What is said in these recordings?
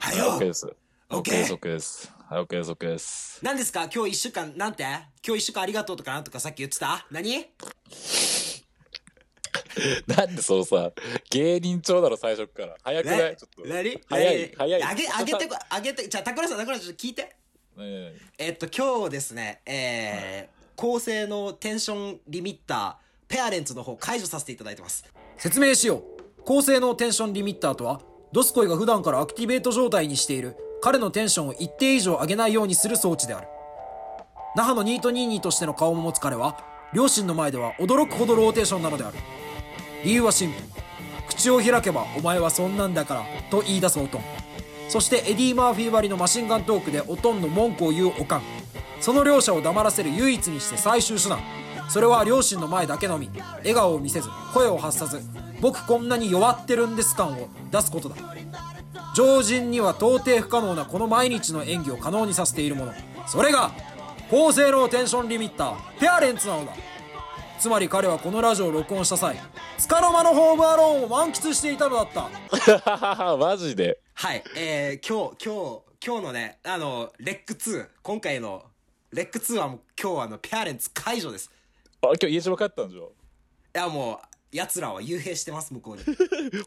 OK です。 OK 族です。はい、OK 族です。何ですか今日一週間、なんて今日一週間ありがとうとかなんとかさっき言ってた何なんでそのさ、芸人調だろ、最初っから。早くないねちょっと。何早い何早いあげ、あげてこ、あげて、じゃあ、桜さん、桜さん、ちょっと聞いて。ねえっと、今日ですね、えー、高性能テンションリミッター、ペアレンツの方解除させていただいてます。説明しよう高性能テンションリミッターとはドスコイが普段からアクティベート状態にしている彼のテンションを一定以上上げないようにする装置である那覇のニートニーニーとしての顔も持つ彼は両親の前では驚くほどローテーションなのである理由はシンプル口を開けばお前はそんなんだからと言い出すおとんそしてエディ・マーフィー割りのマシンガントークでおとんの文句を言うおかんその両者を黙らせる唯一にして最終手段それは両親の前だけのみ笑顔を見せず声を発さず僕こんなに弱ってるんです感を出すことだ常人には到底不可能なこの毎日の演技を可能にさせているものそれが高性能テンションリミッターペアレンツなのだつまり彼はこのラジオを録音した際つかの間のホームアローンを満喫していたのだったえ マジで。はい、えー、今日、今日、今日のね、あの、レック2、今回の、レック2はもう今日はあの、ペアレンツ解除です。あ、今日家島帰ったんじゃん。いや、もう、奴らは幽閉してます、向こうに。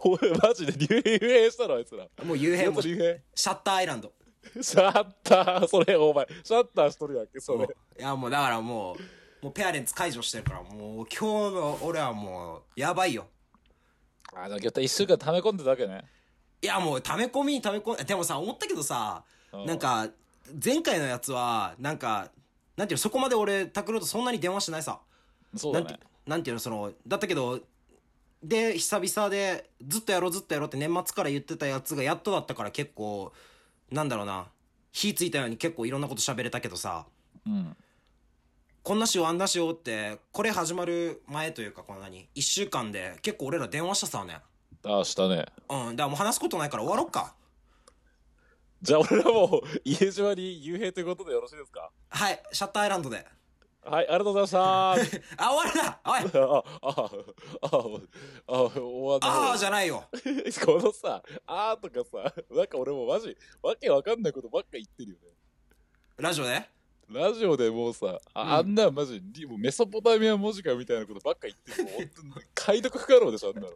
おい、マジで流兵したの、あいつら。もう幽閉 やっもぱう、シ流兵。ャッターアイランド。シャッター、それ、お前。シャッターしとるやんけ、そもれう。いや、もうだからもう、もうペアレンツ解除してるから、もう今日の俺はもう、やばいよ。あ、でも今日一週間溜め込んでたわけね。いや、もう溜め込みに溜め込ん、でもさ、思ったけどさ、うんなんか、前回のやつは、なんか、なんていうの、そこまで俺、拓郎とそんなに電話してないさ。そうなだんてね。なんていうのそのだったけどで久々でずっとやろうずっとやろうって年末から言ってたやつがやっとだったから結構なんだろうな火ついたように結構いろんなこと喋れたけどさうん。こんなしようあんなしようってこれ始まる前というかこんなに1週間で結構俺ら電話したさねあ、したね。うんだからもう話すことないから終わろっかじゃあ俺らもう家島に幽閉ということでよろしいですかはいシャッターアイランドではい、ありがとうございました。あ終わるなおいあ、あ、あ、あ、終わあっあじた。ゃないよこのさ、あーとかさ、なんか俺もマジ、わけわかんないことばっか言ってるよね。ラジオでラジオでもうさ、ああんなマジ、もうメソポタミア文字かみたいなことばっか言ってる。もう本当に 解読不可能でしょ、あ んなの。い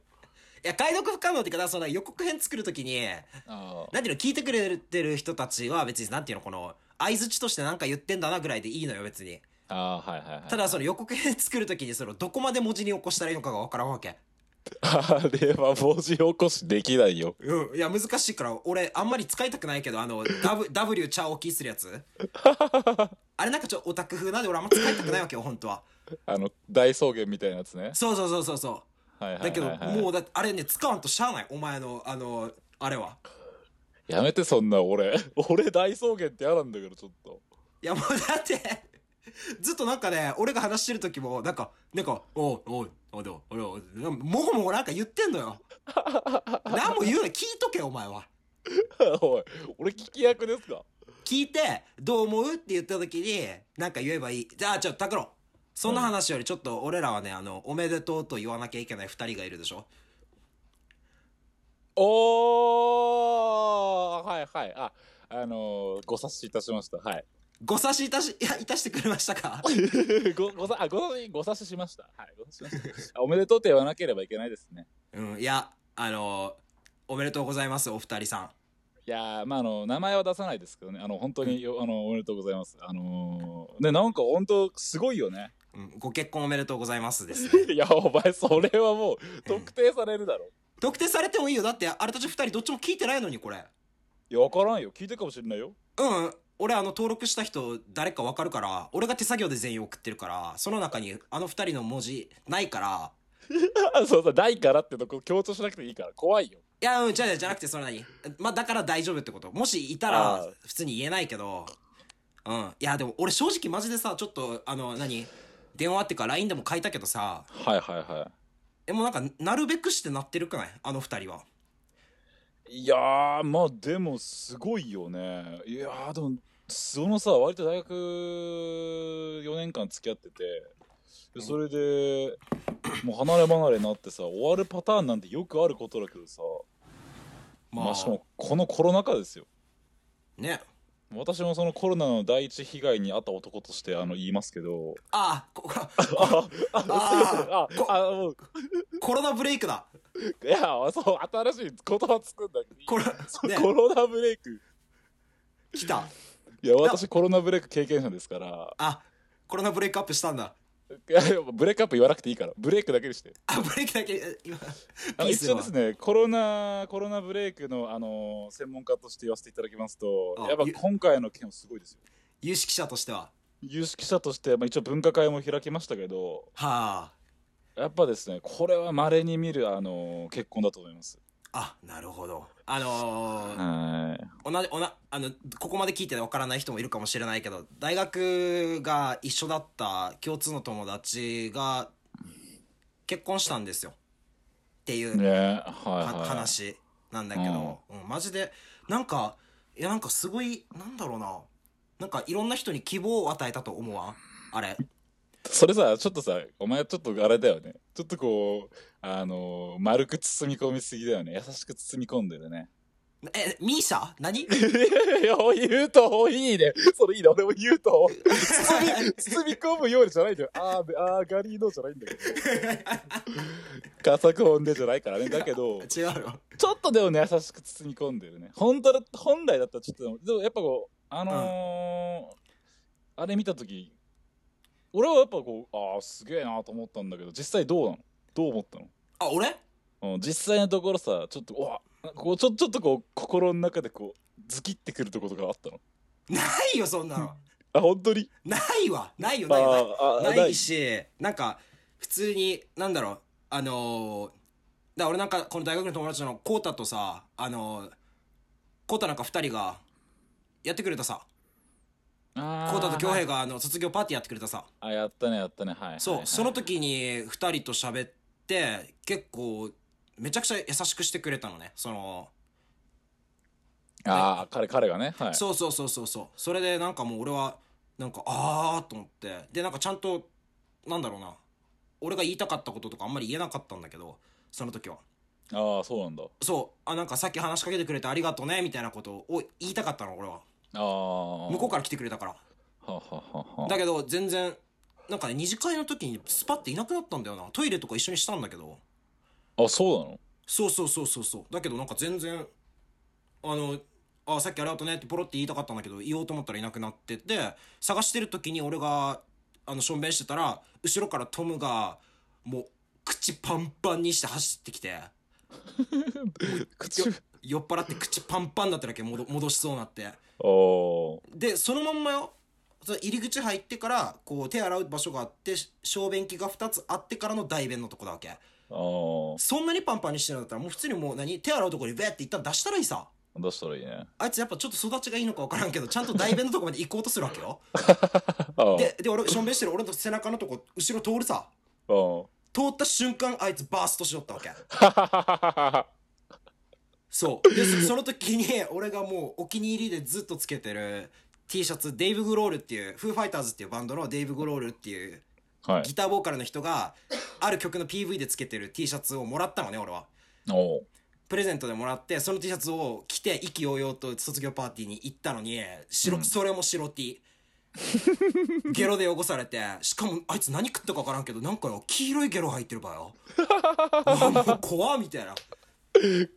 や解読不可能っていうかだからその予告編作るときにあなんていうの聞いてくれてる人たちは別になんていうのこの相づちとしてなんか言ってんだなぐらいでいいのよ別にあー、はいはいはい。ただその予告編作るときにそのどこまで文字に起こしたらいいのかがわからんわけあれは文字起こしできないよ。うんいや難しいから俺あんまり使いたくないけどあの W, w チャオキーするやつあれなんかちょっとオタク風なんで俺あんま使いたくないわけよ本当はあの、大草原みたいなやつね。そうそうそうそうそはいはいうはい、だけどはい。もうだってあれね使わんとしゃあないお前のあのあれはやめてそんな俺俺大草原って嫌なんだけどちょっと いやもうだって、ずっとなんかね、俺が話してる時も、なんか、なんか、おう、おう、おう、おう、おう、なんかもごもごなんか言ってんのよ。何も言うな、聞いとけ、お前は。おい俺聞き役ですか聞いて、どう思うって言った時に、なんか言えばいい。じゃあ、ちょ、拓郎。そんな話よりちょっと俺らはね、あの、おめでとうと言わなきゃいけない二人がいるでしょ。おーはいはいああのー、ご察しいたしましたはい ご差しいたし、いや、いたしてくれましたかごごさあご察しご察ししましたはいご察ししましたあおめでとうって言わなければいけないですねうん、いや、あの、おめでとうございます、お二人さん。いやーまああの名前は出さないですけどねあの本当によあのおめでとうございますあのー、ねなんか本当すごいよね うん、ご結婚おめでとうございますですね。いやお前それはもう 特定されるだろ特定されてもいいよだってあれたち二人どっちも聞いてないのにこれいや分からんよ聞いてるかもしれないよ うん俺あの登録した人誰かわかるから俺が手作業で全員送ってるからその中にあの二人の文字ないからあそうそう、ないからってとこ強調しなくていいから、怖いよ。いやうんじゃあじゃなくてそれ何まあだから大丈夫ってこともしいたあらー普通に言えないけどうんいやでも俺正直マジでさちょっとあの何電話っていうか LINE でも書いたけどさはいはいは。えもうなんかなるべくしてなってるくないあの二人はいいやー、まあでもすごいよね。いやー、でも、そのさ、割と大学4年間付き合ってて、でそれで、もう離れ離れになってさ、終わるパターンなんてよくあることだけどさ、まあ、しかもこのコロナ禍ですよ。ね私もそのコロナの第一被害に遭った男としてあの言いますけどああこ あ あああーこあもうコロナブレイクだいやそう新しい言葉作んだこれそう ねコロナブレイク来たいや私コロナブレイク経験者ですからあコロナブレイクアップしたんだいや ブレイクアップ言わなくていいからブレイクだけにしてあブレイクだけえ今あのピース一は応ですねコロナコロナブレイクの、あの専門家として言わせていただきますとあやっぱゆ今回の件はすごいですよ有識者としては有識者として、まあ、一応分科会も開きましたけどはやっぱですねこれは稀に見る、あの結婚だと思いますああなるほどあのーはい同じおなあのここまで聞いてわからない人もいるかもしれないけど大学が一緒だった共通の友達が結婚したんですよっていうねはいははい話なんだけど、うんマジでなんかいやなんかすごいなんだろうななんかいろんな人に希望を与えたと思わんあれそれさちょっとさお前ちょっとあれだよねちょっとこうあの丸く包み込みすぎだよね優しく包み込んでるねえミーシャ 何いや言うといいねそれいいね俺も言うと包み包み込むようにじゃないんだよあーべあーガリーのじゃないんだけど加速音でじゃないからねだけど違うよちょっとでもね優しく包み込んでるね本当だ本来だったらちょっとでもでもやっぱこうあのーあれ見た時俺はやっぱこうああすげえなと思ったんだけど実際どうなのどう思ったのあ俺うん、実際のところさちょっとうわこうちょちょっとこう心の中でこうズキってくるところとかあったのないよそんなのあ本当にないわないよあないよないーあーないしなんか普通になんだろうあのー、だから俺なんかこの大学の友達のコウタとさあのー、コウタなんか2人がやってくれたさあーコウタと恭平があの卒業パーティーやってくれたさあやったねやったねはいそう、はいはいその時に2人と喋って結構めちゃくちゃ優しくしてくれたのねその、ああ彼彼がねはいそうそうそうそうそうそれでなんかもう俺はなんかああと思ってでなんかちゃんとなんだろうな俺が言いたかったこととかあんまり言えなかったんだけどその時はああそうなんだそうあなんかさっき話しかけてくれてありがとうねみたいなことを言いたかったの俺はああ向こうから来てくれたからははははだけど全然なんかね二次会の時にスパッていなくなったんだよなトイレとか一緒にしたんだけどあそうなのそうそうそうそうそうだけどなんか全然あのあさっきありがとうねってポロって言いたかったんだけど言おうと思ったらいなくなってて探してる時に俺があのしょんべんしてたら後ろからトムがもう口パンパンにして走ってきて口酔っ払って口パンパンになってるわけ戻戻しそうになって。おーでそのまんまよその入り口入ってからこう手洗う場所があってし小便器が2つあってからの大便のとこだわけあそんなにパンパンにしてるんだったらもう普通にもう何手洗うとこにベーって一旦出したらいいさあどうしたらいいねあいつやっぱちょっと育ちがいいのか分からんけどちゃんと大便のとこまで行こうとするわけよあーでで俺しょんべんしてる俺の背中のとこ後ろ通るさあー通った瞬間あいつバーストしよったわけそうでそその時に俺がもうお気に入りでずっとつけてる T シャツデイブ・グロールっていうフーファイターズっていうバンドのデイブ・グロールっていうはいギターボーカルの人がある曲の PV でつけてる T シャツをもらったのね俺はおープレゼントでもらってその T シャツを着て意気揚々と卒業パーティーに行ったのに白、うんそれも白 T ゲロで汚されてしかもあいつ何食ったか分からんけどなんかよ黄色いゲロ入ってるばよあもう怖っみたいな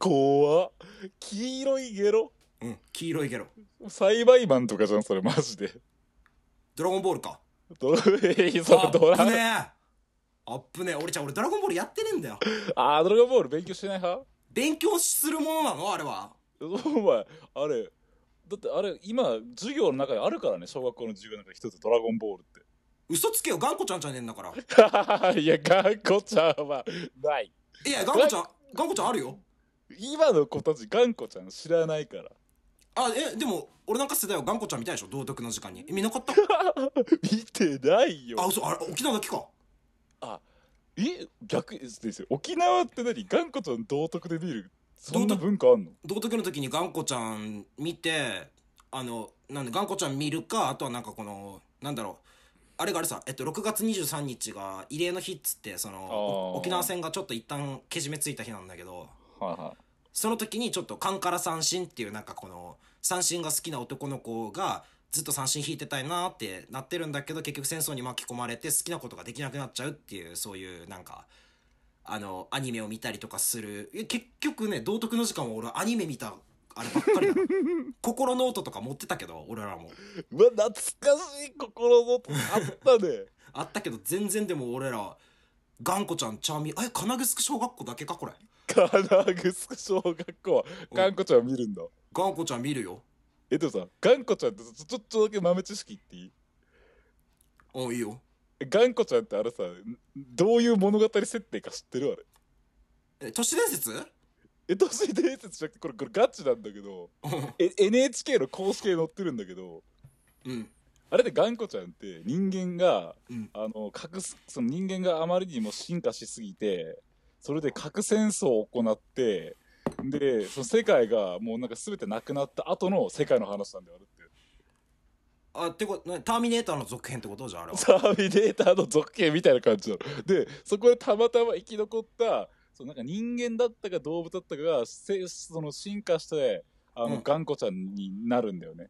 怖っ黄色いゲロうん黄色いゲロ栽培マンとかじゃんそれマジでドラゴンボールかドラえそあれっドラぶねえあっぶねえ俺じゃあ俺ドラゴンボールやってねえんだよあードラゴンボール勉強してない派勉強するものなのあれはお前あれだってあれ今授業の中にあるからね小学校の授業の中に一つドラゴンボール嘘つけよ頑固ちゃんじゃねえんだからっていや頑固ちゃんはないいや、ガンコちゃん、ガンコちゃんあるよ。今の子たち頑固ちゃん知らないからあ、え、でも、俺なんか世代はガンコちゃん見たいでしょ道徳の時間に。え見なかった見てないよあ、嘘、あれ、沖縄だけか。え逆ですよ沖縄って何頑固ちゃん道徳で見るそんな文化あんの道徳の時にガンコちゃん見て、あの、なんで、ガンコちゃん見るか、あとはなんかこの、なんだろう。あれがあれさ、えっと、6月23日が慰霊の日っつって、その、あー沖縄戦がちょっと一旦けじめついた日なんだけど、はいはその時にちょっとカンカラ三振っていうなんかこの三振が好きな男の子がずっと三振引いてたいなってなってるんだけど結局戦争に巻き込まれて好きなことができなくなっちゃうっていうそういうなんかあのアニメを見たりとかするえ結局ね道徳の時間は俺はアニメ見たあればっかりだから心ノートとか持ってたけど俺らもうわ懐かしい心の音あったねあったけど全然でも俺ら頑固ちゃんチャーミーえ金城小学校だけかこれ金具スク小学校はガンコちゃんを見るんだ頑固ちゃん見るよえでもさガンコちゃんってちょちょっとだけ豆知識言っていいあいいよガンコちゃんってあれさどういう物語設定か知ってるあれえ都市伝説 え都市伝説じゃなくてこれこれガチなんだけどえ NHK の公式で載ってるんだけどうんあれで頑固ちゃんって人間が、うんあの核すその人間があまりにも進化しすぎてそれで核戦争を行ってでその世界がもうなんか全てなくなった後の世界の話なんだよあれっあてってことなターミネーターの続編ってことじゃああれはターミネーターの続編みたいな感じなのでそこでたまたま生き残ったそのなんか人間だったか動物だったかがせその進化してあの、うん頑固ちゃんになるんだよね。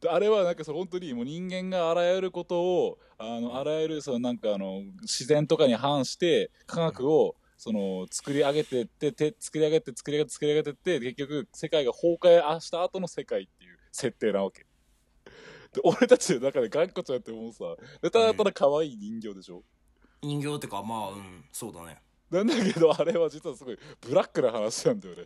であれはなんかその本当にもう人間があらゆることをあのあらゆるそのなんかあの自然とかに反して科学をその作り上げてってて作り上げて作り上げて作り上げてって結局世界が崩壊した後の世界っていう設定なわけ。で俺たちの中で頑固ちゃんってもうさやたらたら可愛い人形でしょ、人形ってかまあうんそうだねなんだけどあれは実はすごいブラックな話なんだよね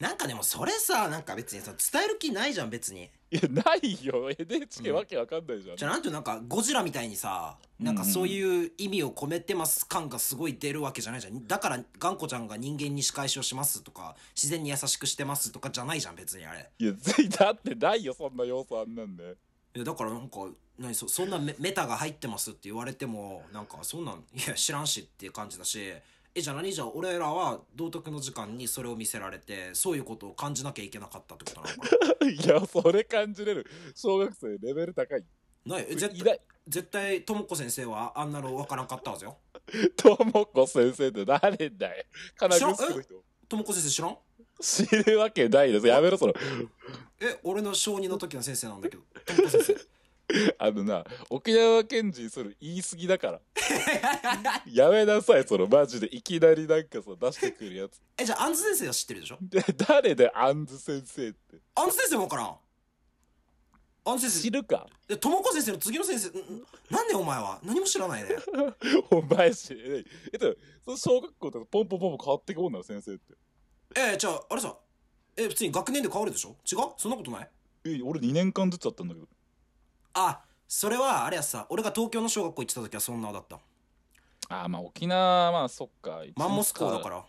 なんかでもそれさなんか別にさ伝える気ないじゃん別にいやないよ NHK うんわけわかんないじゃん、じゃあなんていうのなんかゴジラみたいにさなんかそういう意味を込めてます感がすごい出るわけじゃないじゃんだから頑固ちゃんが人間に仕返しをしますとか自然に優しくしてますとかじゃないじゃん別にあれいやついだってないよそんな要素あんなんでいやだからなんか何そそんなメメタが入ってますって言われてもなんかそんなんいや知らんしっていう感じだしえじゃあ何じゃあ俺らは道徳の時間にそれを見せられてそういうことを感じなきゃいけなかったってことなのか いやそれ感じれる小学生レベル高い なないえ絶い対ない絶対ともこ先生はあんなの分からんかったはずよともこ先生って誰だよ金具すの人ともこ先生知らん知るわけないですやめろそのえ俺の小2の時の先生なん だけどともこ先生あのな沖縄県人それ言い過ぎ だからやめなさいそのマジでいきなりなんかさ出してくるやつえじゃあアンズ先生は知ってるでしょで誰でアンズ先生ってアンズ先生も分からんアンズ知先るか生ともこ先生の次の先生んんなんでお前は何も知らないねお前知らないえっとその小学校とかポンポンポンポン変わってくもんなの先生ってええじゃああれさえ普通に学年で変わるでしょ違うそんなことないえ俺2年間ずつあったんだけどあそれはあれやさ俺が東京の小学校行ってた時はそんなだったああまあ沖縄まあそっかマンモス校だから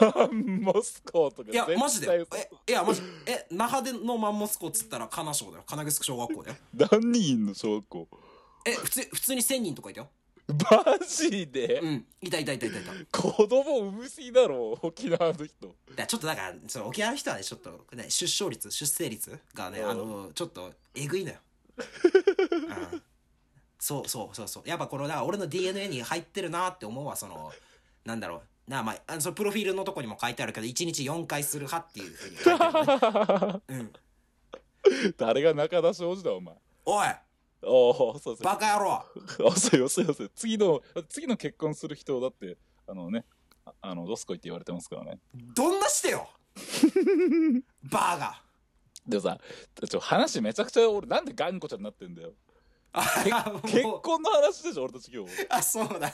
らマンモス校とかいやマジで絶対えいやマジえ那覇でのマンモス校っつったら金賞だよ金城小学校だよ何人いんの小学校え普通普通に1000人とかいたよマジで、うんいたいたいたいたいただか子供産みすぎだろ沖縄の 人らちょっとだからその沖縄の人はねちょっと、ね、出生率出生率がねうんあのちょっとえぐいの よ、うん、そうそうそうそうやっぱこのだから俺の DNA に入ってるなって思うわそのなんだろうなあまああのそのプロフィールのとこにも書いてあるけど1日4回する派っていうふうに書いてあ るのね、うん誰が中田庄司だお前おいおおそうそうバカ野郎あそうよそうよそうよ次の次の結婚する人だってあのねああのどすこいって言われてますからねどんなして よバーガーでもさちょ話めちゃくちゃ俺なんで頑固ちゃんになってんだよあ結もう婚の話でしょ俺たち今日 あそうだな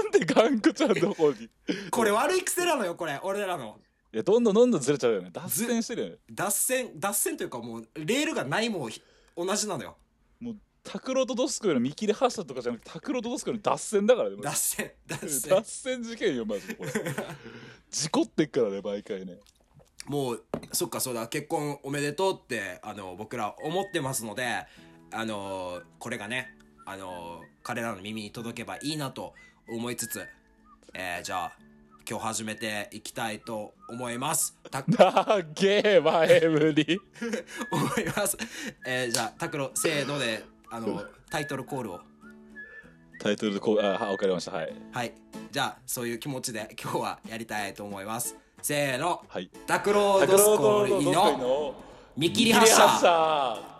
んで頑固ちゃんの方にいこれ悪い癖なのよこれ俺らのやどんどんどんどんずれちゃうよね脱線してるよね脱線脱線というかもうレールがないもんひ同じなのよ拓郎とドスコイの見切り発車とかじゃなくて拓郎とドスコイの脱線だからねマジで脱線脱脱線線事件よマジでこ れ事故ってっからね毎回ねもうそっかそうだ結婚おめでとうってあの僕ら思ってますのであのこれがねあの彼らの耳に届けばいいなと思いつつ、えーじゃあ今日始めていきたいと思います。たなげえ前振り思います。えーじゃあ拓郎せーのであのタイトルコールを。タイトルでこうあわかりましたはいはい。じゃあ、そういう気持ちで今日はやりたいと思います。せーのはい。拓郎ドスコイどすこいのの見切り発車車